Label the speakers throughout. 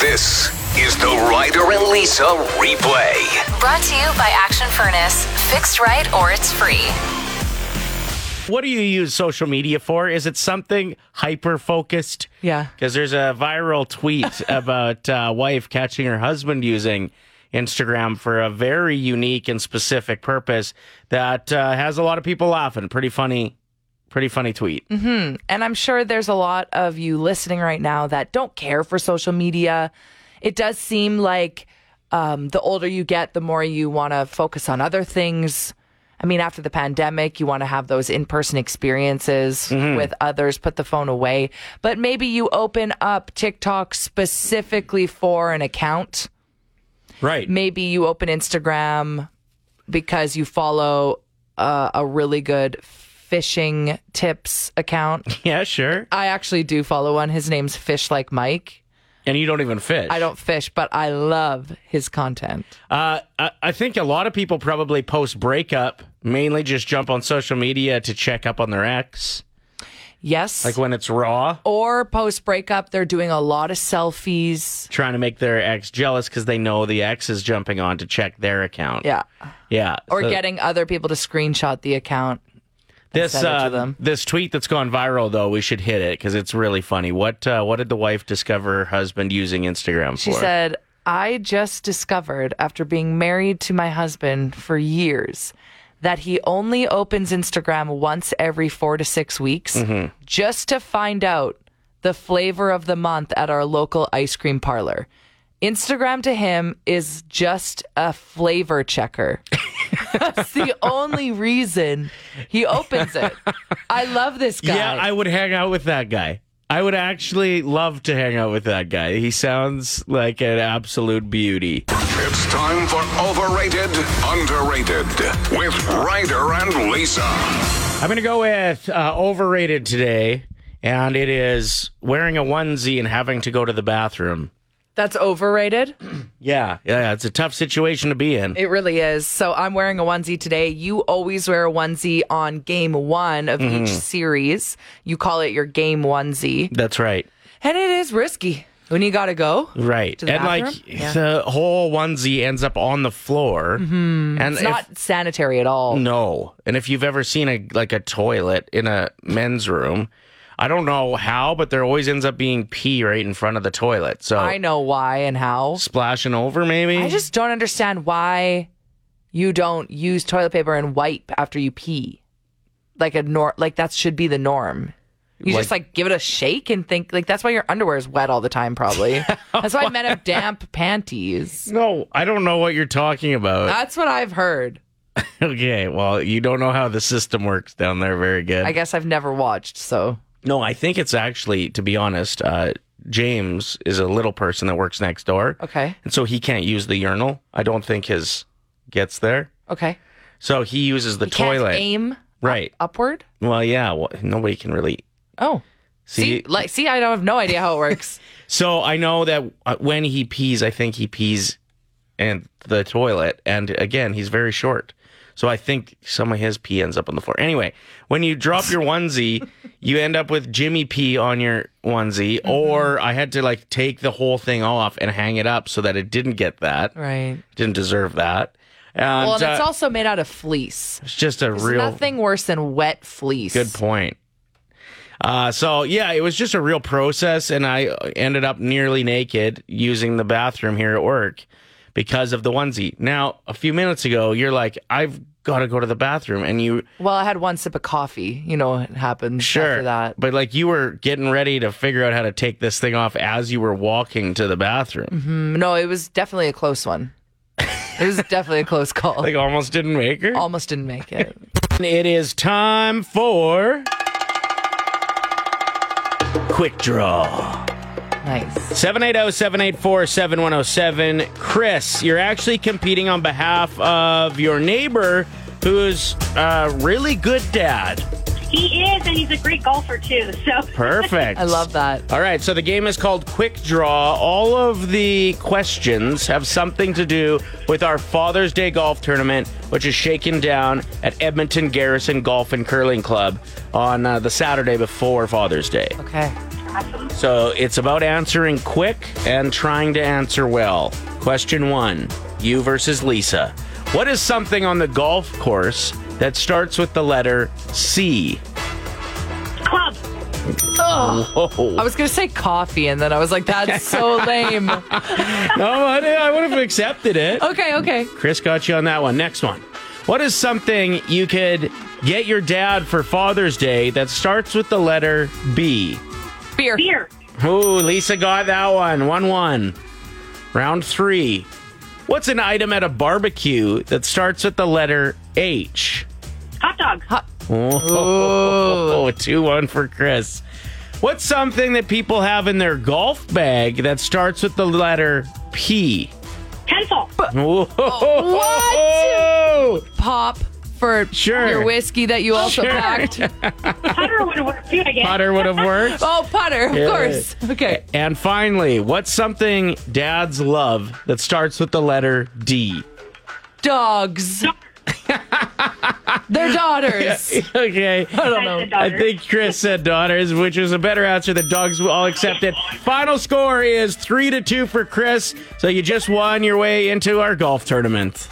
Speaker 1: This is the Ryder and Lisa replay.
Speaker 2: Brought to you by Action Furnace. Fixed right or it's free.
Speaker 3: What do you use social media for? Is it something hyper focused?
Speaker 4: Yeah.
Speaker 3: Because there's a viral tweet about uh, wife catching her husband using Instagram for a very unique and specific purpose that uh, has a lot of people laughing. Pretty funny, pretty funny tweet.
Speaker 4: And I'm sure there's a lot of you listening right now that don't care for social media. It does seem like um, the older you get, the more you want to focus on other things. I mean, after the pandemic, you want to have those in person experiences with others, put the phone away. But maybe you open up TikTok specifically for an account. Mm-hmm.
Speaker 3: Right.
Speaker 4: Maybe you open Instagram because you follow uh, a really good fishing tips account.
Speaker 3: Yeah, sure.
Speaker 4: I actually do follow one. His name's Fish Like Mike.
Speaker 3: And you don't even fish.
Speaker 4: I don't fish, but I love his content.
Speaker 3: Uh, I, I think a lot of people probably post breakup mainly just jump on social media to check up on their ex,
Speaker 4: Yes.
Speaker 3: like when it's raw.
Speaker 4: or post breakup, they're doing a lot of selfies.
Speaker 3: trying to make their ex jealous because they know the ex is jumping on to check their account.
Speaker 4: Yeah.
Speaker 3: yeah.
Speaker 4: Or
Speaker 3: So
Speaker 4: getting other people to screenshot the account.
Speaker 3: this
Speaker 4: send it to
Speaker 3: uh,
Speaker 4: them.
Speaker 3: this tweet that's gone viral though. We should hit it because it's really funny. What uh, what did the wife discover her husband using Instagram
Speaker 4: She
Speaker 3: for?
Speaker 4: said, I just discovered after being married to my husband for years that he only opens Instagram once every four to six weeks
Speaker 3: Mm-hmm.
Speaker 4: just to find out the flavor of the month at our local ice cream parlor. Instagram to him is just a flavor checker. That's the only reason he opens it. I love this guy.
Speaker 3: yeah, I would hang out with that guy. I would actually love to hang out with that guy. He sounds like an absolute beauty.
Speaker 1: It's time for Overrated, Underrated with Ryder and Lisa.
Speaker 3: I'm going to go with uh, overrated today, and it is wearing a onesie and having to go to the bathroom.
Speaker 4: That's overrated.
Speaker 3: Yeah, yeah, it's a tough situation to be in.
Speaker 4: It really is. So I'm wearing a onesie today. You always wear a onesie on game one of
Speaker 3: Mm-hmm.
Speaker 4: each series. You call it your game onesie.
Speaker 3: That's right.
Speaker 4: And it is risky when you got to go.
Speaker 3: Right.
Speaker 4: to the
Speaker 3: and like
Speaker 4: bathroom? Yeah.
Speaker 3: the whole onesie ends up on the floor. Mm-hmm. And
Speaker 4: It's
Speaker 3: if-
Speaker 4: not sanitary at all.
Speaker 3: no. And if you've ever seen a like a toilet in a men's room, I don't know how, but there always ends up being pee right in front of the toilet. So
Speaker 4: I know why and how.
Speaker 3: splashing over maybe.
Speaker 4: I just don't understand why you don't use toilet paper and wipe after you pee. Like a nor like that should be the norm. You just like give it a shake and think like that's why your underwear is wet all the time probably. that's why men have damp panties.
Speaker 3: no, I don't know what you're talking about.
Speaker 4: That's what I've heard.
Speaker 3: okay, well, you don't know how the system works down there very good.
Speaker 4: I guess I've never watched, so
Speaker 3: no, I think it's actually, to be honest, uh, James is a little person that works next door.
Speaker 4: okay,
Speaker 3: And so he can't use the urinal. I don't think his gets there.
Speaker 4: okay.
Speaker 3: So he uses the
Speaker 4: You can't
Speaker 3: toilet.
Speaker 4: aim
Speaker 3: right.
Speaker 4: upward.
Speaker 3: Well, yeah. Well, nobody can really
Speaker 4: Oh,
Speaker 3: see.
Speaker 4: see, like, see, I don't have no idea how it works.
Speaker 3: so I know that uh, when he pees, I think he pees in the toilet. And again, he's very short. So I think some of his pee ends up on the floor. Anyway, when you drop your onesie, you end up with Jimmy pee on your onesie.
Speaker 4: Mm-hmm.
Speaker 3: Or I had to like take the whole thing off and hang it up so that it didn't get that.
Speaker 4: right.
Speaker 3: Didn't deserve that. And,
Speaker 4: Well, and
Speaker 3: uh,
Speaker 4: it's also made out of fleece.
Speaker 3: It's just a
Speaker 4: There's
Speaker 3: real
Speaker 4: nothing worse than wet fleece.
Speaker 3: good point. Uh, so yeah, it was just a real process, and I ended up nearly naked using the bathroom here at work because of the onesie. Now, a few minutes ago, you're like, "I've got to go to the bathroom," and you
Speaker 4: Well, I had one sip of coffee. You know what happens
Speaker 3: sure,
Speaker 4: after that.
Speaker 3: but like you were getting ready to figure out how to take this thing off as you were walking to the bathroom.
Speaker 4: Mm, No, it was definitely a close one. It was definitely a close call.
Speaker 3: Like almost didn't make her.
Speaker 4: Almost didn't make it.
Speaker 3: It is time for quick draw.
Speaker 4: Nice.
Speaker 3: oh, 780-784-7107. Chris, you're actually competing on behalf of your neighbor who's a really good dad.
Speaker 5: He is, and he's a great golfer too. So
Speaker 3: Perfect.
Speaker 4: I love that.
Speaker 3: All right, so the game is called Quick Draw. All of the questions have something to do with our Father's Day golf tournament, which is shaken down at Edmonton Garrison Golf and Curling Club on uh, the Saturday before Father's Day.
Speaker 4: Okay.
Speaker 5: Awesome.
Speaker 3: So it's about answering quick and trying to answer well. Question one You versus Lisa. What is something on the golf course that starts with the letter C?
Speaker 5: Club.
Speaker 3: Whoa.
Speaker 4: I was going to say coffee, and then I was like, that's so lame.
Speaker 3: No, I, I would have accepted it.
Speaker 4: Okay, okay.
Speaker 3: Chris got you on that one. Next one. What is something you could get your dad for Father's Day that starts with the letter B?
Speaker 4: Beer.
Speaker 5: Beer.
Speaker 3: Ooh, Lisa got that one. 1 1. Round three. What's an item at a barbecue that starts with the letter H?
Speaker 5: Hot dog.
Speaker 3: Oh, 2 1 for Chris. What's something that people have in their golf bag that starts with the letter P?
Speaker 5: Pencil.
Speaker 3: Whoa.
Speaker 4: What? Pop for
Speaker 3: Sure.
Speaker 4: your whiskey that you also
Speaker 3: Sure.
Speaker 4: packed.
Speaker 5: Putter would have worked too, I guess.
Speaker 3: Butter would have worked.
Speaker 4: Oh, putter, of
Speaker 3: Yeah.
Speaker 4: course. Okay.
Speaker 3: And finally, what's something dads love that starts with the letter D?
Speaker 4: Dogs. They're daughters.
Speaker 3: Okay.
Speaker 4: I don't
Speaker 5: I
Speaker 4: know.
Speaker 5: said
Speaker 3: I
Speaker 5: daughter.
Speaker 3: think Chris said daughters, which is a better answer that dogs will all accept it. Final score is three to two for Chris. So you just won your way into our golf tournament.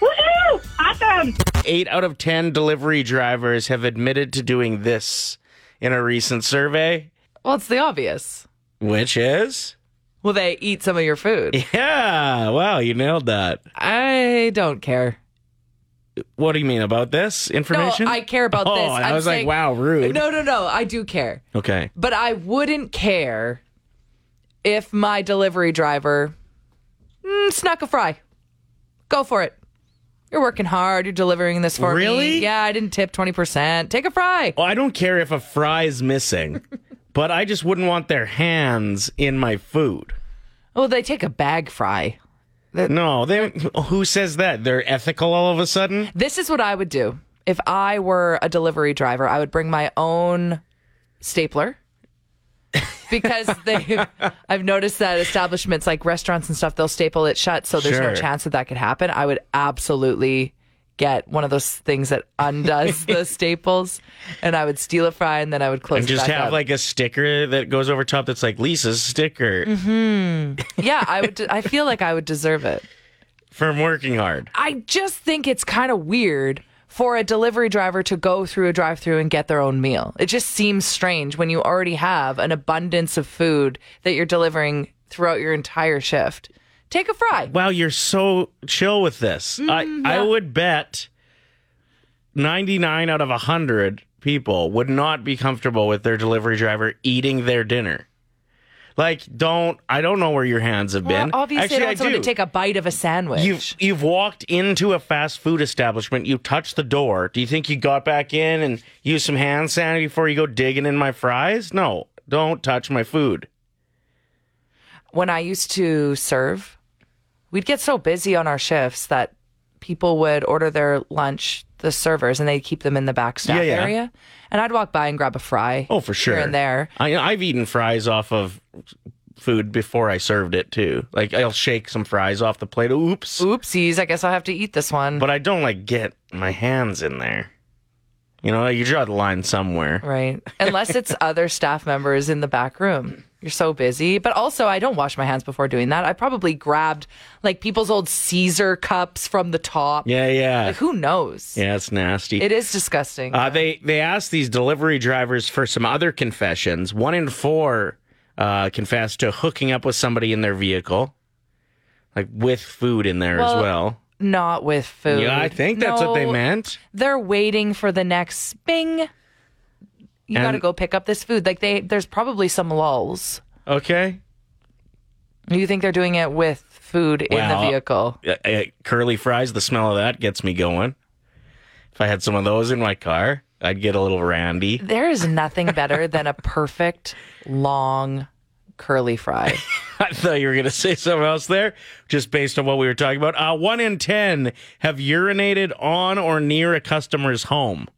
Speaker 5: Woohoo! Awesome.
Speaker 3: Eight out of ten delivery drivers have admitted to doing this in a recent survey,
Speaker 4: Well, it's the obvious.
Speaker 3: which is
Speaker 4: Will they eat some of your food?
Speaker 3: yeah. Wow, you nailed that.
Speaker 4: I don't care.
Speaker 3: What do you mean about this
Speaker 4: No,
Speaker 3: information?
Speaker 4: I care about
Speaker 3: Oh,
Speaker 4: this.
Speaker 3: I
Speaker 4: I'm
Speaker 3: was
Speaker 4: saying-
Speaker 3: like, wow, rude.
Speaker 4: No, no, no. I do care.
Speaker 3: Okay.
Speaker 4: But I wouldn't care if my delivery driver mm, snuck a fry. Go for it. You're working hard. You're delivering this for me.
Speaker 3: Really?
Speaker 4: Yeah, I didn't tip 20%. Take a fry.
Speaker 3: Well, I don't care if a fry is missing, but I just wouldn't want their hands in my food.
Speaker 4: Oh, they take a bag fry.
Speaker 3: No, they. Who says that? They're ethical all of a sudden.
Speaker 4: This is what I would do. If I were a delivery driver, I would bring my own stapler because they I've noticed that establishments like restaurants and stuff they'll staple it shut so there's
Speaker 3: Sure.
Speaker 4: no chance that that could happen. I would absolutely get one of those things that undoes the staples and I would steal a fry and then I would close
Speaker 3: And
Speaker 4: it
Speaker 3: just
Speaker 4: back
Speaker 3: have
Speaker 4: up.
Speaker 3: like a sticker that goes over top that's like Lisa's sticker
Speaker 4: Mm-hmm. Yeah, I would I feel like I would deserve it.
Speaker 3: from working hard.
Speaker 4: I just think it's kind of weird for a delivery driver to go through a drive through and get their own meal. It just seems strange when you already have an abundance of food that you're delivering throughout your entire shift. Take a fry.
Speaker 3: Wow, you're so chill with this.
Speaker 4: Mm-hmm,
Speaker 3: I I would bet ninety nine out of hundred people would not be comfortable with their delivery driver eating their dinner. Like, don't I don't know where your hands have been.
Speaker 4: Obviously,
Speaker 3: Actually,
Speaker 4: I don't want someone
Speaker 3: do.
Speaker 4: to take a bite of a sandwich.
Speaker 3: You've you've walked into a fast food establishment. You touched the door. Do you think you got back in and used some hand sanitizer before you go digging in my fries? No, don't touch my food.
Speaker 4: when I used to serve, we'd get so busy on our shifts that people would order their lunch, the servers, and they'd keep them in the back staff
Speaker 3: Yeah, yeah.
Speaker 4: area. And I'd walk by and grab a fry.
Speaker 3: Oh, for sure.
Speaker 4: Here and there.
Speaker 3: I, I've eaten fries off of food before I served it too. Like I'll shake some fries off the plate. Oops.
Speaker 4: Oopsies, I guess I'll have to eat this one.
Speaker 3: But I don't like get my hands in there. You know, you draw the line somewhere.
Speaker 4: Right. Unless it's other staff members in the back room. You're so busy. But also, I don't wash my hands before doing that. I probably grabbed like people's old Caesar cups from the top.
Speaker 3: Yeah, yeah.
Speaker 4: Like, who knows?
Speaker 3: Yeah, it's nasty.
Speaker 4: It is disgusting.
Speaker 3: Uh, they they asked these delivery drivers for some other confessions. One in four uh, confessed to hooking up with somebody in their vehicle, like with food in there as
Speaker 4: Well,
Speaker 3: well.
Speaker 4: Not with food.
Speaker 3: Yeah, I think that's what they
Speaker 4: No,
Speaker 3: meant.
Speaker 4: They're waiting for the next bing. You got to
Speaker 3: And-
Speaker 4: go pick up this food. Like, they, there's probably some lulls.
Speaker 3: Okay,
Speaker 4: You think they're doing it with food in
Speaker 3: Well,
Speaker 4: the vehicle?
Speaker 3: Uh, uh, curly fries. The smell of that gets me going. If I had some of those in my car, I'd get a little randy.
Speaker 4: There is nothing better than a perfect, long, curly fry.
Speaker 3: I thought you were going to say something else there, just based on what we were talking about. Uh, one in 10 have urinated on or near a customer's home.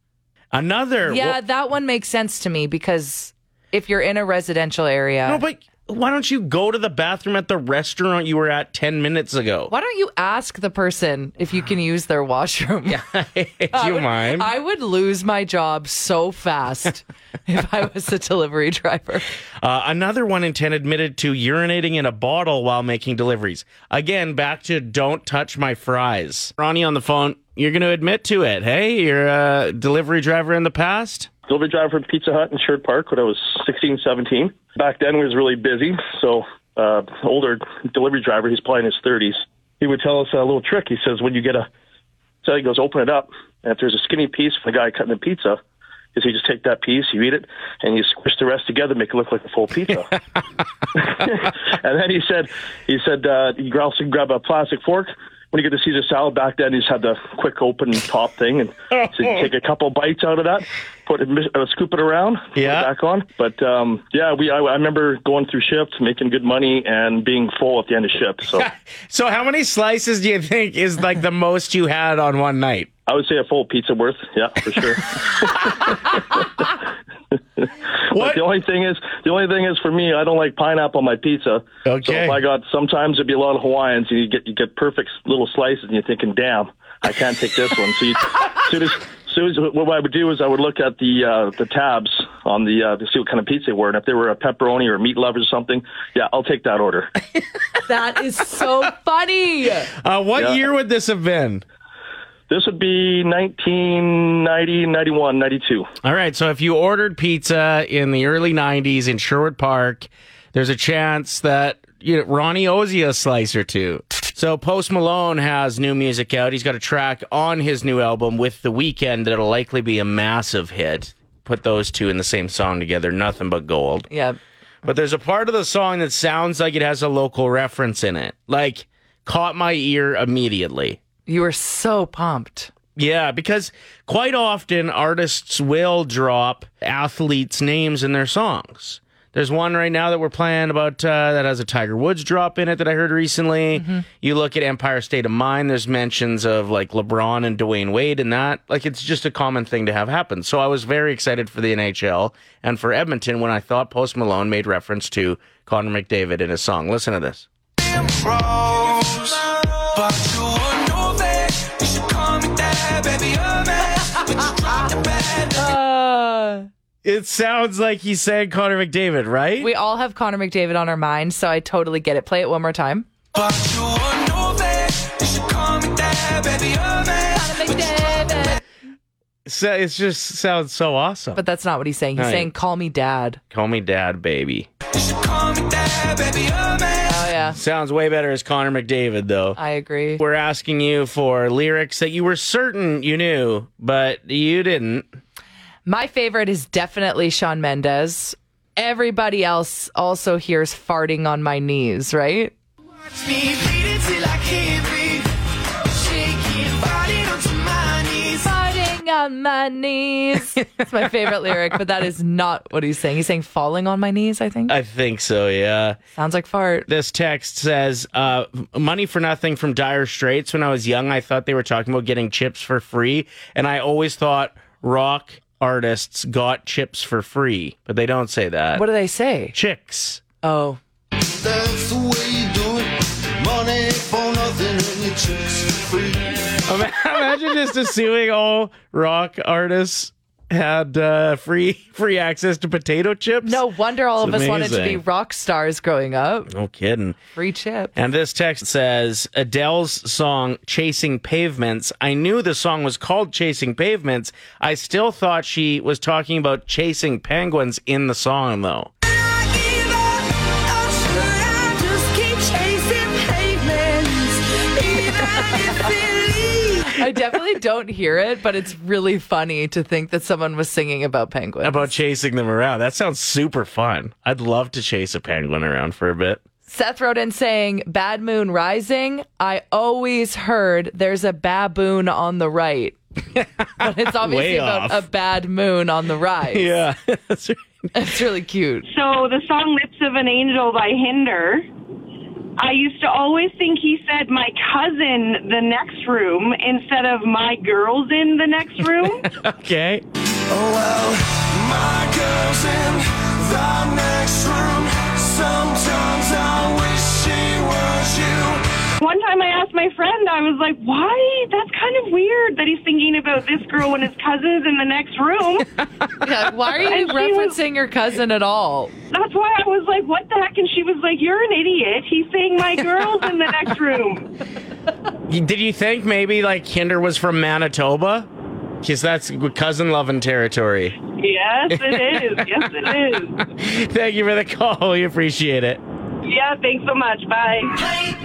Speaker 3: Another.
Speaker 4: Yeah, that one makes sense to me because if you're in a residential area,
Speaker 3: No, but why don't you go to the bathroom at the restaurant you were at 10 minutes ago?
Speaker 4: Why don't you ask the person if you can use their washroom? Yeah.
Speaker 3: Do you mind?
Speaker 4: I would lose my job so fast if I was a delivery driver.
Speaker 3: Uh, another one in 10 admitted to urinating in a bottle while making deliveries. Again, back to don't touch my fries. Ronnie on the phone, you're going to admit to it. Hey, you're a delivery driver in the past?
Speaker 6: delivery driver for Pizza Hut in Sherwood Park when I was 16, 17. Back then, we was really busy. So, uh, older delivery driver, he's probably in his 30s. He would tell us a little trick. He says, when you get a, so he goes, open it up. And if there's a skinny piece for the guy cutting the pizza, is he just take that piece, you eat it, and you squish the rest together, make it look like a full pizza. and then he said, he said, uh, you can also grab a plastic fork. When you get the Caesar salad back then, he just had the quick open top thing, and so you take a couple bites out of that, put it, uh, scoop it around, put it
Speaker 3: Yeah.
Speaker 6: back on. But um, yeah, we I, I remember going through shifts, making good money, and being full at the end of shift. So
Speaker 3: So, how many slices do you think is like the most you had on one night?
Speaker 6: I would say a full pizza worth, yeah, for sure.
Speaker 3: What?
Speaker 6: But the only thing is, the only thing is for me, I don't like pineapple on my pizza. So
Speaker 3: Okay.
Speaker 6: if I got, sometimes it'd be a lot of Hawaiians, and you get you get perfect little slices, and you're thinking, damn, I can't take this one. So you, soon as soon as what I would do is I would look at the uh, the tabs on the uh, to see what kind of pizza they were, and if they were a pepperoni or meat lovers or something, yeah, I'll take that order.
Speaker 4: That is so funny.
Speaker 3: Uh, what
Speaker 6: Yeah.
Speaker 3: year would this have been?
Speaker 6: This would be 1990, 91, 92.
Speaker 3: All right. So, if you ordered pizza in the early 90s in Sherwood Park, there's a chance that you know, Ronnie owes you a slice or two. So, Post Malone has new music out. He's got a track on his new album with The Weeknd that'll likely be a massive hit. Put those two in the same song together, nothing but gold.
Speaker 4: Yeah.
Speaker 3: But there's a part of the song that sounds like it has a local reference in it. Like, caught my ear immediately.
Speaker 4: You were so pumped.
Speaker 3: Yeah, because quite often artists will drop athletes' names in their songs. There's one right now that we're playing about uh, that has a Tiger Woods drop in it that I heard recently. You look at Empire State of Mind, there's mentions of like LeBron and Dwayne Wade and that. Like it's just a common thing to have happen. So I was very excited for the NHL and for Edmonton when I thought Post Malone made reference to Connor McDavid in his song. Listen to this.
Speaker 7: bros. But you wouldn't know that. You should call me that, baby. I'm mad. But you dropped the bag.
Speaker 4: Uh,
Speaker 3: It sounds like he sang Connor McDavid, right?
Speaker 4: we all have Connor McDavid on our minds, so I totally get it. Play it one more time.
Speaker 7: But you wouldn't know that. You should call me that, baby. I'm mad. But you dropped the bag.
Speaker 3: so it just sounds so awesome.
Speaker 4: But that's not what he's saying. He's
Speaker 3: Right.
Speaker 4: saying, call me dad.
Speaker 3: Call me dad, baby.
Speaker 7: You should call me that, baby. I'm mad.
Speaker 4: Oh, yeah.
Speaker 3: Sounds way better as Connor McDavid, though.
Speaker 4: I agree.
Speaker 3: We're asking you for lyrics that you were certain you knew, but you didn't.
Speaker 4: My favorite is definitely Sean Mendez. Everybody else also hears farting on my knees, right?
Speaker 7: Watch me bleed until I can't breathe. Shaking, falling onto my knees.
Speaker 4: Farting on my knees. It's my favorite lyric, but that is not what he's saying. He's saying falling on my knees, I think.
Speaker 3: I think so, yeah.
Speaker 4: Sounds like fart.
Speaker 3: This text says, uh, money for nothing from Dire Straits. When I was young, I thought they were talking about getting chips for free, and I always thought rock artists got chips for free, but they don't say that.
Speaker 4: What do they say?
Speaker 3: Chicks.
Speaker 4: Oh,
Speaker 8: That's the way you do it. Money for nothing and your chicks for free.
Speaker 3: Ima- Imagine just assuming all rock artists had uh, free free access to potato chips.
Speaker 4: no wonder all of
Speaker 3: It's
Speaker 4: us wanted to be
Speaker 3: amazing.
Speaker 4: rock stars growing up.
Speaker 3: no kidding.
Speaker 4: Free chip.
Speaker 3: And this text says Adele's song "Chasing Pavements." I knew the song was called "Chasing Pavements." I still thought she was talking about chasing penguins in the song, though.
Speaker 4: I definitely don't hear it, but it's really funny to think that someone was singing about penguins.
Speaker 3: About chasing them around. That sounds super fun. I'd love to chase a penguin around for a bit.
Speaker 4: Seth wrote in saying, Bad Moon Rising. I always heard there's a baboon on the right. but it's obviously
Speaker 3: Way
Speaker 4: about
Speaker 3: off.
Speaker 4: a bad moon on the rise.
Speaker 3: Yeah, that's right.
Speaker 4: It's really cute.
Speaker 5: So the song "Lips of an Angel" by Hinder. I used to always think he said my cousin the next room instead of my girls in the next room.
Speaker 3: Okay.
Speaker 7: Well, my girl's in the next room, so Sometimes I wish she was you.
Speaker 5: One time I asked my friend, I was like, why? That's kind of weird that he's thinking about this girl when his cousin's in the next room.
Speaker 4: Yeah, why are you
Speaker 5: And she was-
Speaker 4: referencing your cousin at all?
Speaker 5: That's why I was like, what the heck? And she was like, you're an idiot. He's saying my girl's in the next room.
Speaker 3: You- Did you think maybe like Kinder was from Manitoba? Because that's cousin loving territory.
Speaker 5: Yes, it is. Yes, it is.
Speaker 3: Thank you for the call. We appreciate it.
Speaker 5: Yeah, thanks so much. Bye.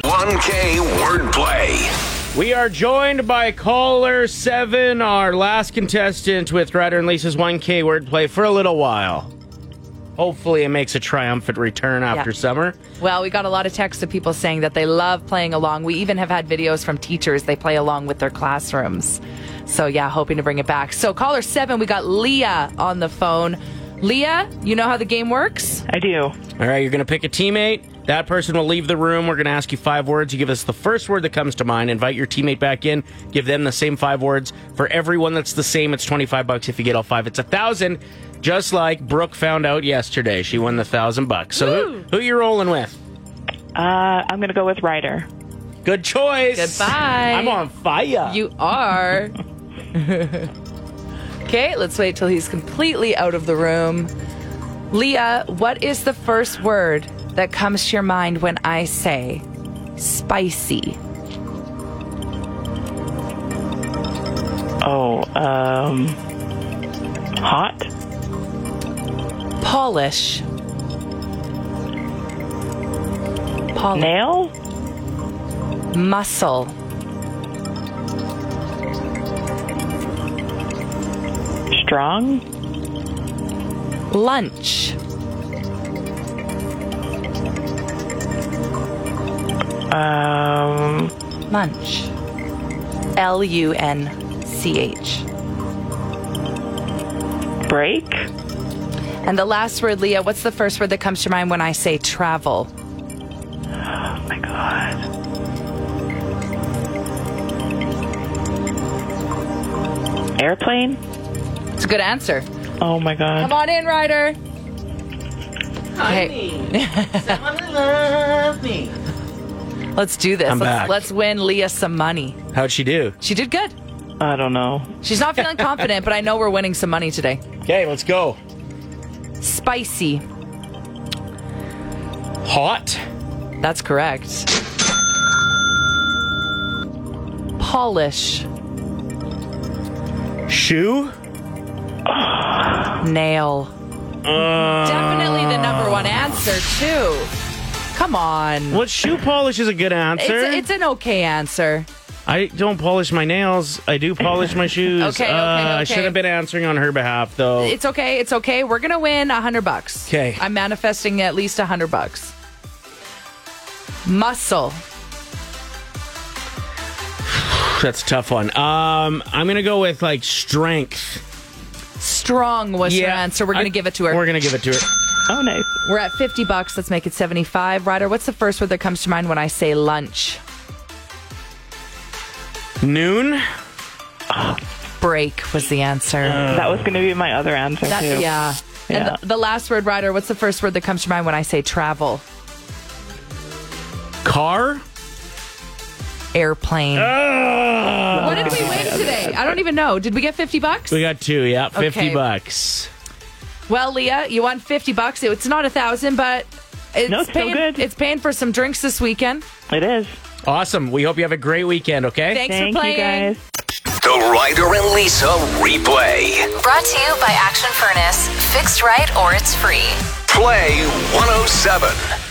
Speaker 1: 1K wordplay.
Speaker 3: We are joined by caller seven, our last contestant with Ryder and Lisa's 1K wordplay for a little while. Hopefully, it makes a triumphant return after
Speaker 4: Yeah.
Speaker 3: summer.
Speaker 4: Well, we got a lot of texts of people saying that they love playing along. We even have had videos from teachers they play along with their classrooms. So yeah, hoping to bring it back. So caller seven, we got Leah on the phone. Leah, you know how the game works?
Speaker 9: I do.
Speaker 3: All right, you're going to pick a teammate. That person will leave the room. We're going to ask you five words. You give us the first word that comes to mind. Invite your teammate back in. Give them the same five words. For everyone that's the same, it's 25 bucks. If you get all five, it's a thousand. Just like Brooke found out yesterday, she won the thousand bucks. So who, who you rolling with?
Speaker 9: Uh, I'm going to go with Ryder.
Speaker 3: Good choice.
Speaker 4: Goodbye.
Speaker 3: I'm on fire.
Speaker 4: You are. okay, let's wait till he's completely out of the room. Leah, what is the first word that comes to your mind when I say spicy?
Speaker 9: Oh, um, hot,
Speaker 4: Polish. Polish.
Speaker 9: nail,
Speaker 4: Muscle.
Speaker 9: strong,
Speaker 4: Lunch.
Speaker 9: um,
Speaker 4: Lunch. L U N C H.
Speaker 9: break,
Speaker 4: And the last word, Leah, what's the first word that comes to mind when I say travel?
Speaker 9: oh my god, airplane,
Speaker 4: It's a good answer.
Speaker 9: oh my god,
Speaker 4: Come on in, Ryder. Hey. Let's do this.
Speaker 3: I'm
Speaker 4: Let's,
Speaker 3: back.
Speaker 4: let's win Leah some money.
Speaker 3: How'd she do?
Speaker 4: She did good.
Speaker 9: I don't know,
Speaker 4: She's not feeling confident, but I know we're winning some money today.
Speaker 3: Okay, let's go.
Speaker 4: Spicy.
Speaker 3: Hot.
Speaker 4: That's correct. Polish.
Speaker 3: Shoe.
Speaker 4: Nail.
Speaker 3: Uh,
Speaker 4: Definitely the number one answer, too. Come on.
Speaker 3: What shoe polish is a good
Speaker 4: It's,
Speaker 3: answer?
Speaker 4: it's an okay answer.
Speaker 3: I don't polish my nails. I do polish my shoes.
Speaker 4: Okay, okay,
Speaker 3: Uh, I
Speaker 4: okay.
Speaker 3: should have been answering on her behalf, though.
Speaker 4: It's okay. It's okay. We're gonna win a hundred bucks.
Speaker 3: 'Kay.
Speaker 4: I'm manifesting at least a hundred bucks. Muscle.
Speaker 3: That's a tough one. Um, I'm gonna go with like strength.
Speaker 4: Strong was your answer. We're gonna
Speaker 3: I-
Speaker 4: give it to her.
Speaker 3: We're
Speaker 4: We're,
Speaker 3: gonna give it to her.
Speaker 9: oh nice,
Speaker 4: at fifty bucks. Let's make it seventy-five. Ryder, what's the first word that comes to mind when I say lunch?
Speaker 3: Noon.
Speaker 4: Break was the answer.
Speaker 3: Uh,
Speaker 9: that was going to be my other answer
Speaker 4: That-
Speaker 9: too,
Speaker 4: yeah. And
Speaker 9: Yeah.
Speaker 4: the, the last word, Ryder, what's the first word that comes to mind when I say travel?
Speaker 3: Car.
Speaker 4: Airplane.
Speaker 3: Uh, Ugh.
Speaker 4: what did
Speaker 9: Um,
Speaker 4: we win today? I don't even know. Did we get fifty bucks?
Speaker 3: We got two. Yeah, fifty
Speaker 4: Okay.
Speaker 3: bucks.
Speaker 4: Well, Leah, you won fifty bucks. It's not a thousand, but it's,
Speaker 9: No, it's still
Speaker 4: paying,
Speaker 9: good.
Speaker 4: It's paying for some drinks this weekend.
Speaker 9: it is,
Speaker 3: Awesome. We hope you have a great weekend. Okay.
Speaker 4: Thanks
Speaker 9: thank
Speaker 4: for
Speaker 9: you
Speaker 4: playing.
Speaker 9: guys.
Speaker 1: The Ryder and Lisa replay.
Speaker 2: Brought to you by Action Furnace. Fixed right or it's free.
Speaker 1: oh Play 107.